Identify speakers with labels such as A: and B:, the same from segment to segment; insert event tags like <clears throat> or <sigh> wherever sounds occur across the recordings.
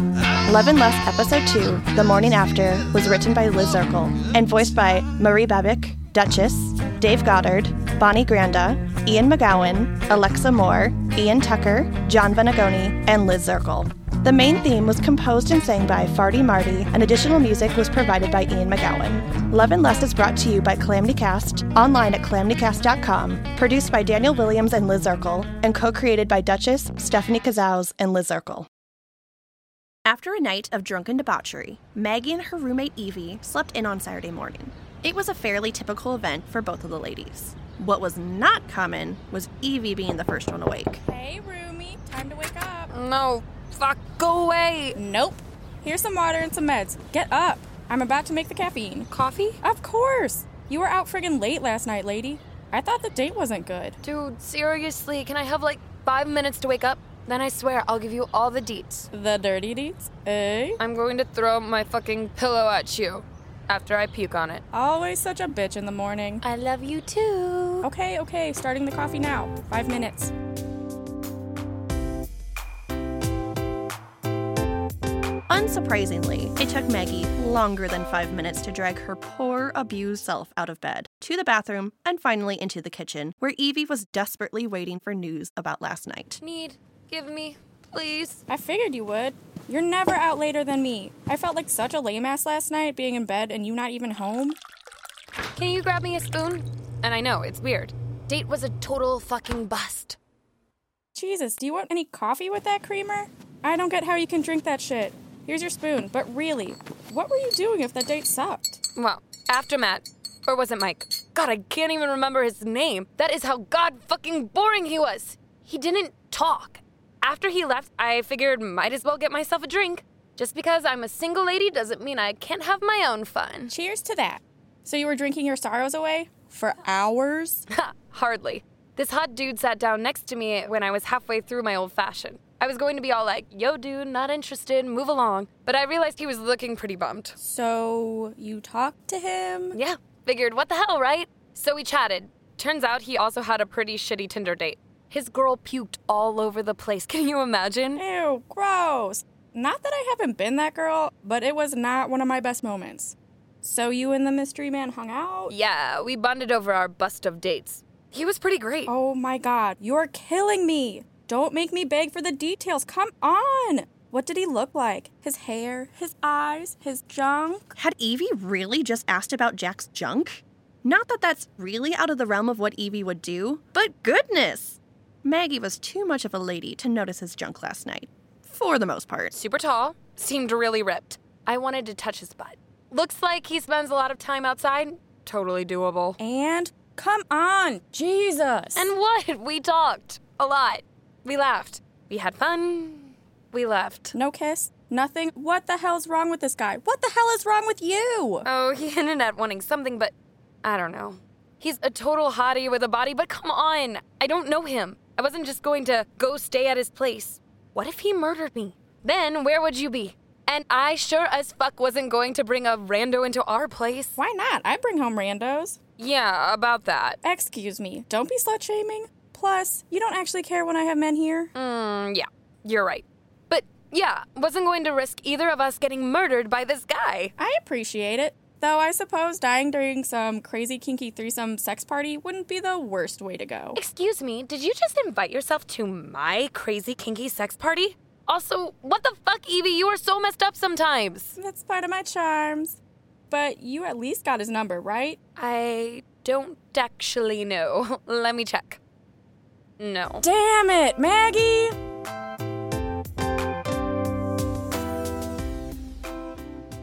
A: 11 Less Episode 2, The Morning After, was written by Liz Zirkle and voiced by Marie Babick, Duchess, Dave Goddard, Bonnie Granda, Ian McGowan, Alexa Moore, Ian Tucker, John Venagoni, and Liz Zirkle. The main theme was composed and sang by Farty Marty, and additional music was provided by Ian McGowan. Love and Lust is brought to you by Calamity Cast, online at calamitycast.com, produced by Daniel Williams and Liz Zirkle, and co created by Duchess, Stephanie Kazows, and Liz Zirkle. After a night of drunken debauchery, Maggie and her roommate Evie slept in on Saturday morning. It was a fairly typical event for both of the ladies. What was not common was Evie being the first one awake.
B: Hey, roomie, time to wake up.
C: No, fuck, go away.
B: Nope. Here's some water and some meds. Get up. I'm about to make the caffeine.
C: Coffee?
B: Of course. You were out friggin' late last night, lady. I thought the date wasn't good.
C: Dude, seriously, can I have like five minutes to wake up? Then I swear I'll give you all the deets.
B: The dirty deeds? Eh?
C: I'm going to throw my fucking pillow at you after I puke on it.
B: Always such a bitch in the morning.
C: I love you too.
B: Okay, okay, starting the coffee now. Five minutes.
A: Unsurprisingly, it took Maggie longer than five minutes to drag her poor, abused self out of bed, to the bathroom, and finally into the kitchen, where Evie was desperately waiting for news about last night.
C: Need, give me, please.
B: I figured you would. You're never out later than me. I felt like such a lame ass last night being in bed and you not even home.
C: Can you grab me a spoon? And I know, it's weird. Date was a total fucking bust.
B: Jesus, do you want any coffee with that creamer? I don't get how you can drink that shit. Here's your spoon, but really, what were you doing if that date sucked?
C: Well, after Matt, or was it Mike? God, I can't even remember his name. That is how god fucking boring he was. He didn't talk. After he left, I figured might as well get myself a drink. Just because I'm a single lady doesn't mean I can't have my own fun.
B: Cheers to that. So you were drinking your sorrows away? For hours?
C: Ha, <laughs> hardly. This hot dude sat down next to me when I was halfway through my old fashioned. I was going to be all like, yo, dude, not interested, move along. But I realized he was looking pretty bummed.
B: So you talked to him?
C: Yeah, figured what the hell, right? So we chatted. Turns out he also had a pretty shitty Tinder date. His girl puked all over the place. <laughs> Can you imagine?
B: Ew, gross. Not that I haven't been that girl, but it was not one of my best moments. So you and the mystery man hung out?
C: Yeah, we bonded over our bust of dates. He was pretty great.
B: Oh my god, you're killing me! Don't make me beg for the details. Come on! What did he look like? His hair, his eyes, his junk?
A: Had Evie really just asked about Jack's junk? Not that that's really out of the realm of what Evie would do, but goodness! Maggie was too much of a lady to notice his junk last night. For the most part.
C: Super tall, seemed really ripped. I wanted to touch his butt. Looks like he spends a lot of time outside. Totally doable.
B: And come on, Jesus!
C: And what? <laughs> We talked a lot. We laughed. We had fun. We left.
B: no kiss, nothing. What the hell's wrong with this guy? What the hell is wrong with you?
C: Oh, he hinted at wanting something, but I don't know. He's a total hottie with a body, but come on. I don't know him. I wasn't just going to go stay at his place. What if he murdered me? Then where would you be? And I sure as fuck wasn't going to bring a rando into our place.
B: Why not? I bring home randos.
C: Yeah, about that.
B: Excuse me, don't be slut shaming. Plus, you don't actually care when I have men here.
C: Mm, yeah, you're right. But yeah, wasn't going to risk either of us getting murdered by this guy.
B: I appreciate it. Though I suppose dying during some crazy kinky threesome sex party wouldn't be the worst way to go.
C: Excuse me, did you just invite yourself to my crazy kinky sex party? Also, what the fuck, Evie? You are so messed up sometimes.
B: That's part of my charms. But you at least got his number, right?
C: I don't actually know. <laughs> Let me check. No.
B: Damn it, Maggie!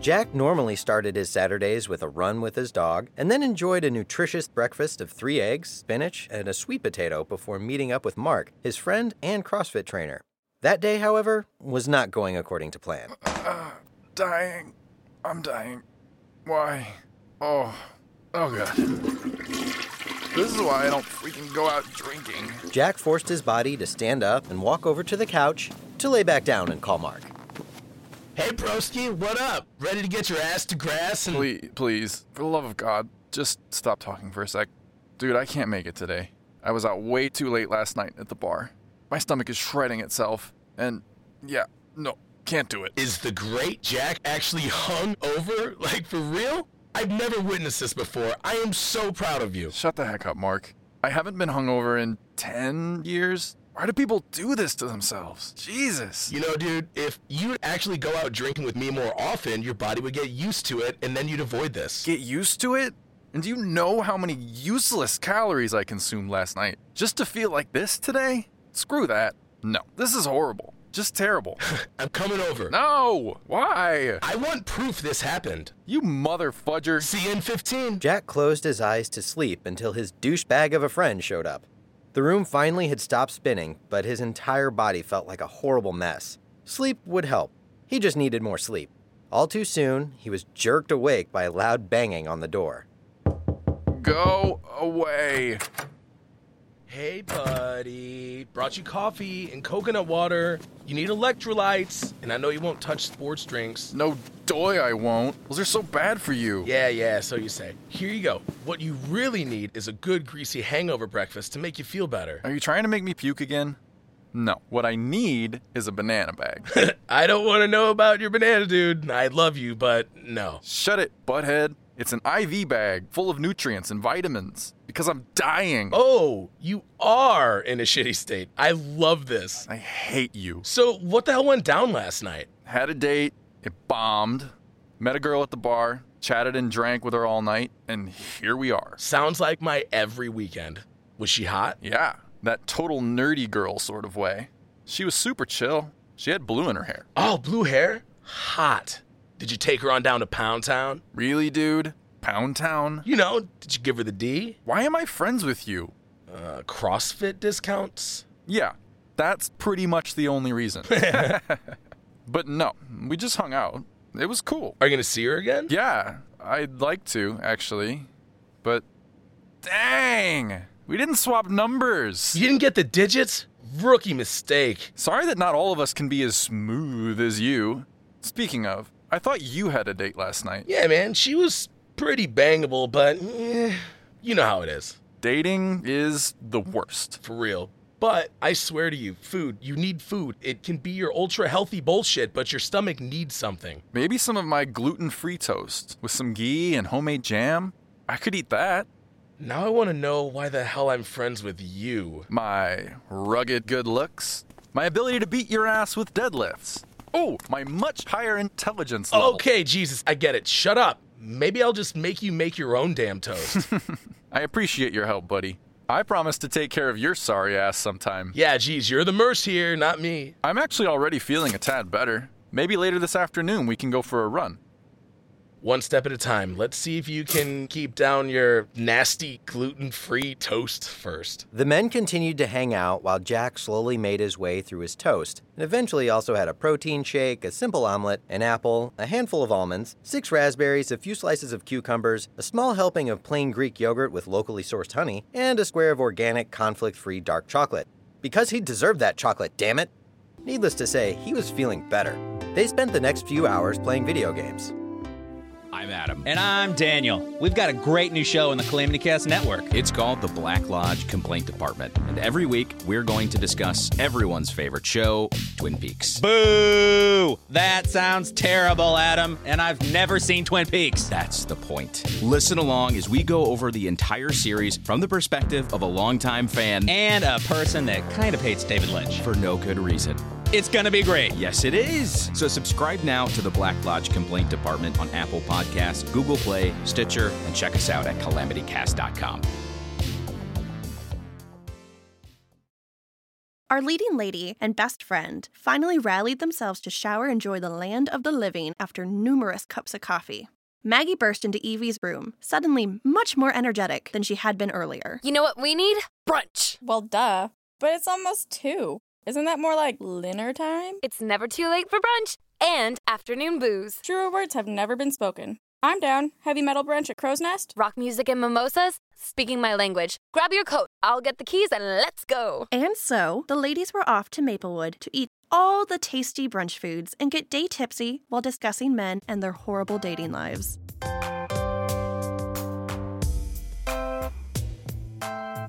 D: Jack normally started his Saturdays with a run with his dog and then enjoyed a nutritious breakfast of three eggs, spinach, and a sweet potato before meeting up with Mark, his friend and CrossFit trainer. That day, however, was not going according to plan.
E: dying. I'm dying. Why? Oh. Oh, God. This is why I don't freaking go out drinking.
D: Jack forced his body to stand up and walk over to the couch to lay back down and call Mark.
F: Hey, broski, what up? Ready to get your ass to grass and.
E: Please, please, for the love of God, just stop talking for a sec. Dude, I can't make it today. I was out way too late last night at the bar. My stomach is shredding itself. And yeah, no, Can't do it.
F: Is the great Jack actually hung over? Like, for real? I've never witnessed this before. I am so proud of you.
E: Shut the heck up, Mark. I haven't been hungover in 10 years. Why do people do this to themselves? Jesus.
F: You know, dude, if you actually go out drinking with me more often, your body would get used to it and then you'd avoid this.
E: Get used to it? And do you know how many useless calories I consumed last night? Just to feel like this today? Screw that. No, this is horrible. Just terrible.
F: <laughs> I'm coming over.
E: no! Why?
F: I want proof this happened.
E: You motherfudger.
F: See you in 15.
D: Jack closed his eyes to sleep until his douchebag of a friend showed up. The room finally had stopped spinning, but his entire body felt like a horrible mess. Sleep would help. He just needed more sleep. All too soon, he was jerked awake by loud banging on the door.
E: Go away.
F: Hey, buddy. Brought you coffee and coconut water. You need electrolytes, and I know you won't touch sports drinks.
E: No doy, I won't. Those are so bad for you.
F: Yeah, yeah, so you say. Here you go. What you really need is a good, greasy hangover breakfast to make you feel better.
E: Are you trying to make me puke again? No. What I need is a banana bag.
F: <laughs> I don't want to know about your banana, dude. I love you, but no.
E: Shut it, butthead. It's an IV bag full of nutrients and vitamins because I'm dying.
F: Oh, you are in a shitty state. I love this.
E: I hate you.
F: So, what the hell went down last night?
E: Had a date, it bombed, met a girl at the bar, chatted and drank with her all night, and here we are.
F: Sounds like my every weekend. Was she hot?
E: Yeah, that total nerdy girl sort of way. She was super chill. She had blue in her hair.
F: Oh, blue hair? Hot. Did you take her on down to Pound Town?
E: Really, dude? Pound Town?
F: You know, did you give her the D?
E: Why am I friends with you?
F: Uh, CrossFit discounts?
E: Yeah, that's pretty much the
F: <laughs>
E: only reason. but no, we just hung out. It was cool.
F: Are you gonna see her again?
E: Yeah, I'd like to, actually. But dang, we didn't swap numbers.
F: You didn't get the digits? Rookie mistake.
E: Sorry that not all of us can be as smooth as you. Speaking of, I thought you had a date last night.
F: Yeah, man, she was pretty bangable, but eh, you know how it is.
E: Dating is the worst.
F: For real. But I swear to you, food, you need food. It can be your ultra healthy bullshit, but your stomach needs something.
E: Maybe some of my gluten free toast with some ghee and homemade jam. I could eat that.
F: Now I want to know why the hell I'm friends with you.
E: My rugged good looks. My ability to beat your ass with deadlifts. Oh, my much higher intelligence level.
F: Okay, Jesus, I get it. Shut up. Maybe I'll just make you make your own damn
E: <laughs>
F: toast.
E: I appreciate your help, buddy. I promise to take care of your sorry ass sometime.
F: yeah, geez, you're the merce here, not me.
E: I'm actually already feeling a tad better. Maybe later this afternoon we can go for a run.
F: One step at a time. Let's see if you can keep down your nasty gluten free toast first.
D: The men continued to hang out while Jack slowly made his way through his toast, and eventually also had a protein shake, a simple omelet, an apple, a handful of almonds, six raspberries, a few slices of cucumbers, a small helping of plain Greek yogurt with locally sourced honey, and a square of organic, conflict free dark chocolate. Because he deserved that chocolate, damn it! Needless to say, he was feeling better. They spent the next few hours playing video games.
G: I'm Adam. And I'm Daniel. We've got a great new show on the Calamity Cast Network.
H: It's called the Black Lodge Complaint Department, and every week we're going to discuss everyone's favorite show, Twin Peaks.
G: Boo! That sounds terrible, Adam. And I've never seen Twin Peaks.
H: That's the point. Listen along as we go over the entire series from the perspective of a longtime fan
G: And a person that kind of hates David Lynch.
H: for no good reason.
G: It's gonna be great.
H: Yes, it is. So subscribe now to the Black Lodge Complaint Department on Apple Podcasts, Google Play, Stitcher, and check us out at calamitycast.com.
A: Our leading lady and best friend finally rallied themselves to shower and enjoy the land of the living after numerous cups of coffee. Maggie burst into Evie's room, suddenly much more energetic than she had been earlier.
C: You know what we need? Brunch.
B: Well, duh. But it's almost two. Isn't that more like dinner time?
C: It's never too late for brunch and afternoon booze.
B: Truer words have never been spoken. I'm down. Heavy metal brunch at Crow's Nest?
C: Rock music and mimosas? Speaking my language. Grab your coat. I'll get the keys and let's go.
A: And so, the ladies were off to Maplewood to eat all the tasty brunch foods and get day tipsy while discussing men and their horrible dating lives.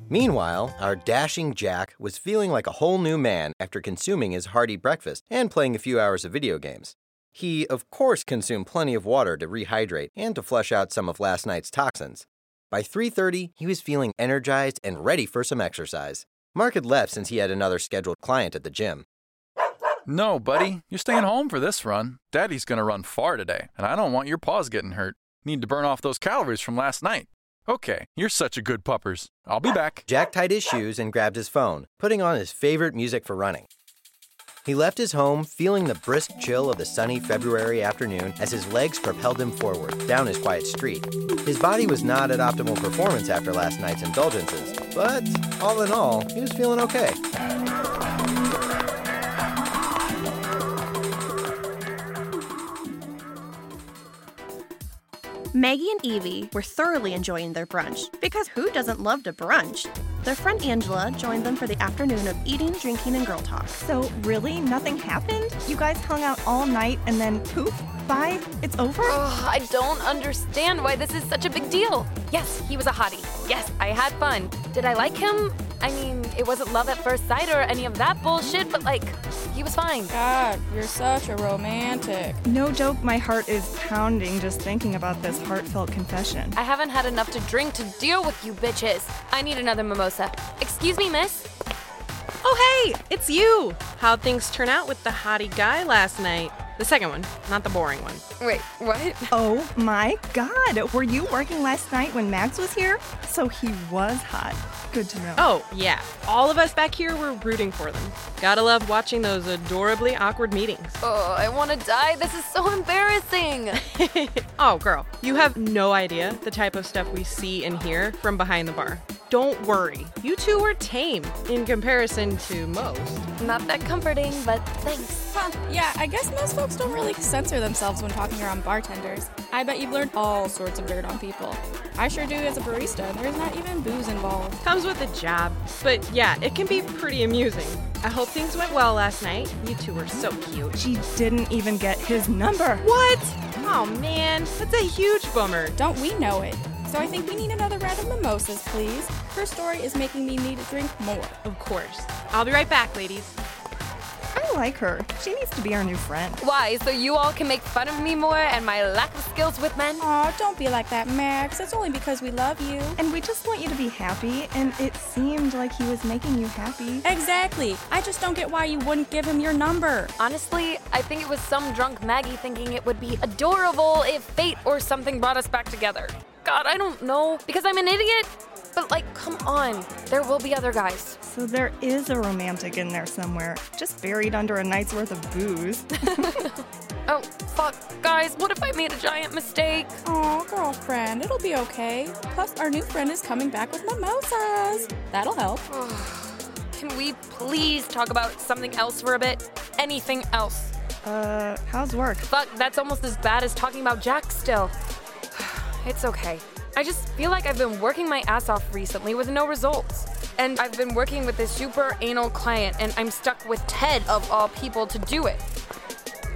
D: Meanwhile, our dashing Jack was feeling like a whole new man after consuming his hearty breakfast and playing a few hours of video games. He, of course, consumed plenty of water to rehydrate and to flush out some of last night's toxins. By 3:30, he was feeling energized and ready for some exercise. Mark had left since he had another scheduled client at the gym.
E: No, buddy, you're staying home for this run. Daddy's gonna run far today, and I don't want your paws getting hurt. Need to burn off those calories from last night. Okay, you're such a good puppers. I'll be back.
D: Jack tied his shoes and grabbed his phone, putting on his favorite music for running. He left his home feeling the brisk chill of the sunny February afternoon as his legs propelled him forward down his quiet street. His body was not at optimal performance after last night's indulgences, but all in all, he was feeling okay.
A: Maggie and Evie were thoroughly enjoying their brunch because who doesn't love to brunch? Their friend Angela joined them for the afternoon of eating, drinking, and girl talk.
I: So, really, nothing happened? You guys hung out all night and then poof, bye, it's over?
C: Ugh, I don't understand why this is such a big deal. Yes, he was a hottie. Yes, I had fun. Did I like him? I mean, it wasn't love at first sight or any of that bullshit, but like, he was fine.
B: God, you're such a romantic.
I: No joke, my heart is pounding just thinking about this heartfelt confession.
C: I haven't had enough to drink to deal with you bitches. I need another mimosa. Excuse me, miss?
J: Oh, hey, it's you! How'd things turn out with the hottie guy last night? The second one, not the boring one.
C: Wait, what?
I: Oh my god, were you working last night when Max was here? So he was hot. Good to know.
J: Oh, yeah. All of us back here were rooting for them. Gotta love watching those adorably awkward meetings.
C: Oh, I want to die. This is so
B: <laughs>
C: embarrassing.
J: oh, girl, you have no idea the type of stuff we see and hear from behind the bar. Don't worry, you two were tame in comparison to most.
C: Not that comforting, but thanks.
B: Huh, yeah, I guess most folks don't really censor themselves when talking around bartenders. I bet you've learned all sorts of dirt on people. I sure do as a barista, and there's not even booze involved.
J: Comes with the job, but yeah, it can be pretty amusing. I hope things went well last night. You two were so cute.
I: She didn't even get his number.
J: What? Oh man, that's a huge bummer.
B: Don't we know it? e-, So I think we need another round of mimosas, please. Her story is making me need to drink more.
J: Of course. I'll be right back, ladies.
I: I like her. She needs to be our new friend.
C: Why? So you all can make fun of me more and my lack of skills with men?
B: Aw, don't be like that, Max. It's only because we love you.
I: And we just want you to be happy, and it seemed like he was making you happy.
B: Exactly. I just don't get why you wouldn't give him your number.
C: Honestly, I think it was some drunk Maggie thinking it would be adorable if fate or something brought us back together. God, I don't know, because I'm an idiot. But, like, come on. There will be other guys.
I: So there is a romantic in there somewhere, just buried under a night's worth of booze.
C: Oh, fuck. Guys, what if I made a giant mistake?
B: Aw, girlfriend, it'll be okay. Plus, our new friend is coming back with mimosas. That'll help.
C: Can we please talk about something else for a bit? Anything else?
I: uh, how's work?
C: Fuck, that's almost as bad as talking about Jack still. <sighs> It's okay. I just feel like I've been working my ass off recently with no results. And I've been working with this super anal client, and I'm stuck with Ted of all people to do it.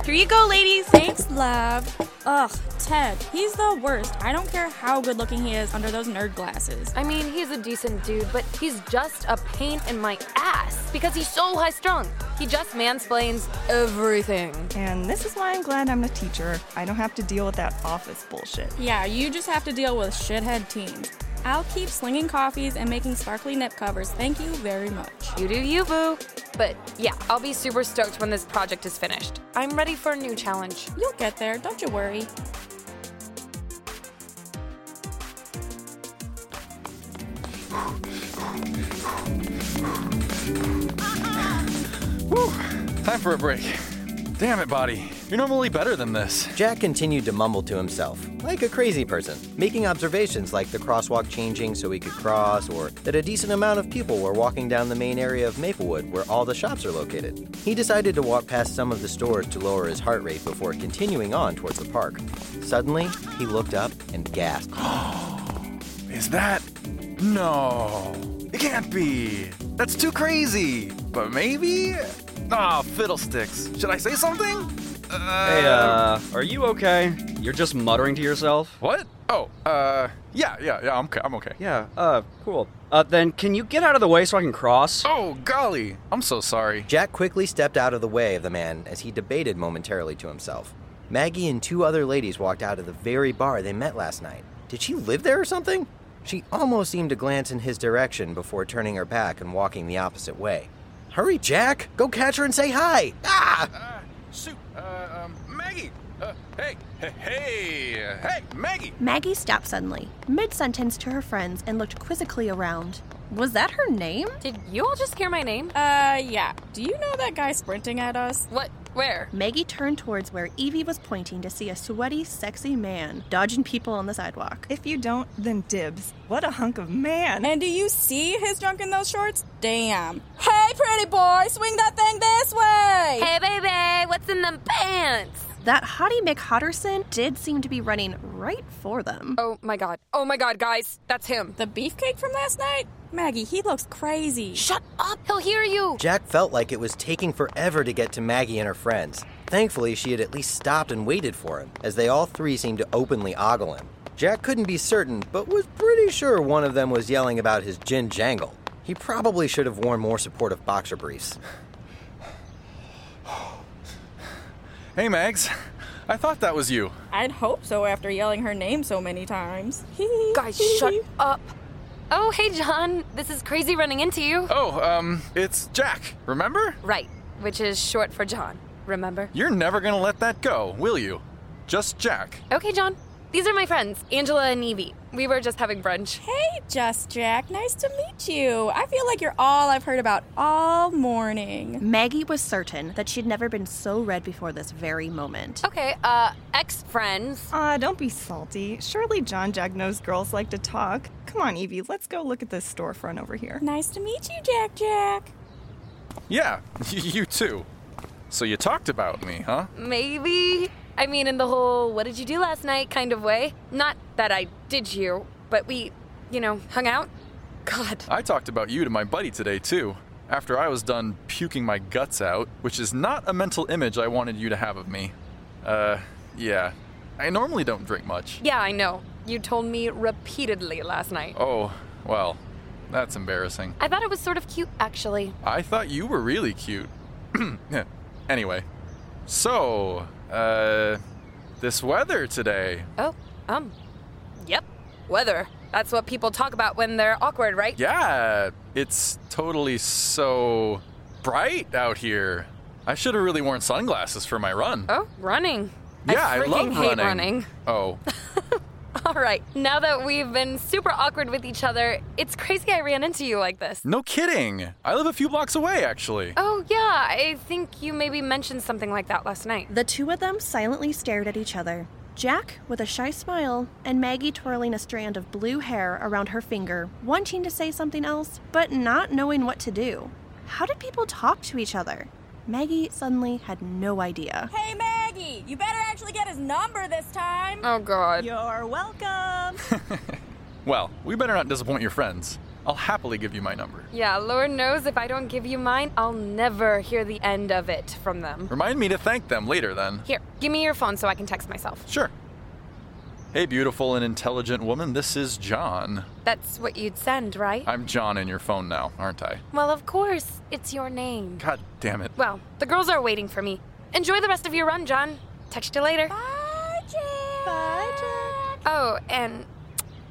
J: Here you go, ladies.
B: Thanks, love. Ugh, Ted, he's the worst. I don't care how good looking he is under those nerd glasses.
C: I mean, he's a decent dude, but he's just a pain in my ass because he's so high strung. He just mansplains everything.
I: And this is why I'm glad I'm a teacher. I don't have to deal with that office bullshit.
B: Yeah, you just have to deal with shithead teens. I'll keep slinging coffees and making sparkly nip covers. Thank you very much.
C: You do you, boo. But yeah, I'll be super stoked when this project is finished. I'm ready for a new challenge.
B: You'll get there, don't you worry.
E: Time for a break. Damn it, body. You're normally better than this.
D: Jack continued to mumble to himself, like a crazy person, making observations like the crosswalk changing so he could cross, or that a decent amount of people were walking down the main area of Maplewood where all the shops are located. He decided to walk past some of the stores to lower his heart rate before continuing on towards the park. Suddenly, he looked up and gasped.
E: Is that? No. It can't be. That's too crazy. But maybe? Ah, fiddlesticks. Should I say something?
K: Hey, uh, are you okay? You're just muttering to yourself?
E: What? Oh, uh, yeah, yeah, yeah, I'm, okay- I'm okay.
K: Yeah, uh, cool. Uh, then can you get out of the way so I can cross?
E: Oh, golly. I'm so sorry.
D: Jack quickly stepped out of the way of the man as he debated momentarily to himself. Maggie and two other ladies walked out of the very bar they met last night. Did she live there or something? She almost seemed to glance in his direction before turning her back and walking the opposite way. Hurry, Jack! Go catch her and say hi! Ah!
E: Sue, uh, um, Maggie! Uh, hey, hey, hey, hey, Maggie!
A: Maggie stopped suddenly, mid sentence to her friends, and looked quizzically around. Was that her name?
C: Did you all just hear my name?
B: Uh, yeah. Do you know that guy sprinting at us?
C: What? Where?
A: Maggie turned towards where Evie was pointing to see a sweaty, sexy man dodging people on the sidewalk.
I: If you don't, then dibs. What a hunk of man.
B: And do you see his junk in those shorts? Damn. Hey, pretty boy, swing that thing this way!
C: Hey, baby, what's in them pants?
A: That hottie McHotterson did seem to be running right for them.
C: Oh my god. Oh my god, guys, that's him.
B: The beefcake from last night? Maggie, he looks crazy.
C: Shut up, he'll hear you.
D: Jack felt like it was taking forever to get to Maggie and her friends. Thankfully, she had at least stopped and waited for him, as they all three seemed to openly ogle him. Jack couldn't be certain, but was pretty sure one of them was yelling about his gin jangle. He probably should have worn more supportive boxer briefs.
E: Hey, Mags. I thought that was you.
B: I'd hope so after yelling her name so many times. <laughs>
C: Guys, shut up. Oh, hey, John. This is crazy running into you.
E: Oh, um, it's Jack, remember?
C: Right, which is short for John. Remember?
E: You're never gonna let that go, will you? Just Jack.
C: Okay, John. These are my friends, Angela and Evie. We were just having brunch.
B: Hey, Just Jack, nice to meet you. I feel like you're all I've heard about all morning.
A: Maggie was certain that she'd never been so red before this very moment.
C: Okay, uh, ex friends.
I: Aw, don't be salty. Surely John Jag knows girls like to talk. Come on, Evie, let's go look at this storefront over here.
B: Nice to meet you, Jack Jack.
E: Yeah, <laughs> you too. So you talked about me, huh?
C: Maybe. I mean, in the whole what did you do last night kind of way. Not that I did you, but we, you know, hung out. God.
E: I talked about you to my buddy today, too, after I was done puking my guts out, which is not a mental image I wanted you to have of me. Uh, yeah. I normally don't drink much.
C: Yeah, I know. You told me repeatedly last night.
E: Oh, well, that's embarrassing.
C: I thought it was sort of cute, actually.
E: I thought you were really cute. <clears throat> anyway, so, uh, this weather today.
C: Oh, um, yep. Weather. That's what people talk about when they're awkward, right?
E: Yeah, it's totally so bright out here. I should have really worn sunglasses for my run.
C: Oh, running.
E: yeah,
C: I,
E: I,
C: freaking
E: love
C: hate
E: running.
C: running. <laughs>
E: Oh,
C: All right, now that we've been super awkward with each other, it's crazy I ran into you like this.
E: no kidding. I live a few blocks away, actually.
C: Oh, yeah, I think you maybe mentioned something like that last night.
A: The two of them silently stared at each other. Jack with a shy smile, and Maggie twirling a strand of blue hair around her finger, wanting to say something else, but not knowing what to do. How did people talk to each other? Maggie suddenly had no idea.
B: Hey, Maggie, you better actually get his number this time.
C: Oh, God.
I: You're welcome.
E: Well, we better not disappoint your friends. I'll happily give you my number.
C: Yeah, Lord knows if I don't give you mine, I'll never hear the end of it from them.
E: Remind me to thank them later, then.
C: Here, give me your phone so I can text myself.
E: Sure. Hey, beautiful and intelligent woman, this is John.
C: That's what you'd send, right?
E: I'm John in your phone now, aren't I?
C: Well, of course, it's your name.
E: God damn it.
C: Well, the girls are waiting for me. Enjoy the rest of your run, John. Text you later.
B: Bye, Jack. Bye, Jack.
C: Oh, and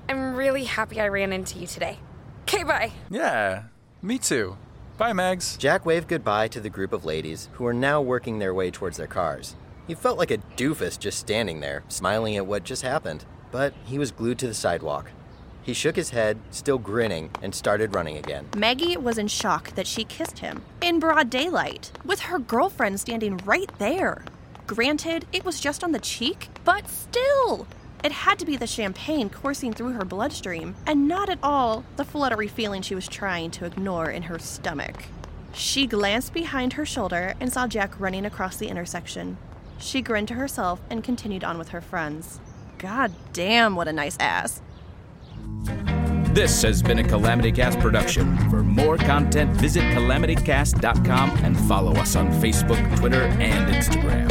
C: I'm really happy I ran into you today. Okay, bye.
E: Yeah, me too. Bye, Mags.
D: Jack waved goodbye to the group of ladies who were now working their way towards their cars. He felt like a doofus just standing there, smiling at what just happened, but he was glued to the sidewalk. He shook his head, still grinning, and started running again.
A: Maggie was in shock that she kissed him in broad daylight, with her girlfriend standing right there. Granted, it was just on the cheek, but still! It had to be the champagne coursing through her bloodstream, and not at all the fluttery feeling she was trying to ignore in her stomach. She glanced behind her shoulder and saw Jack running across the intersection. She grinned to herself and continued on with her friends. God damn, what a nice ass.
H: This has been a Calamity Cast production. For more content, visit calamitycast.com and follow us on Facebook, Twitter, and Instagram.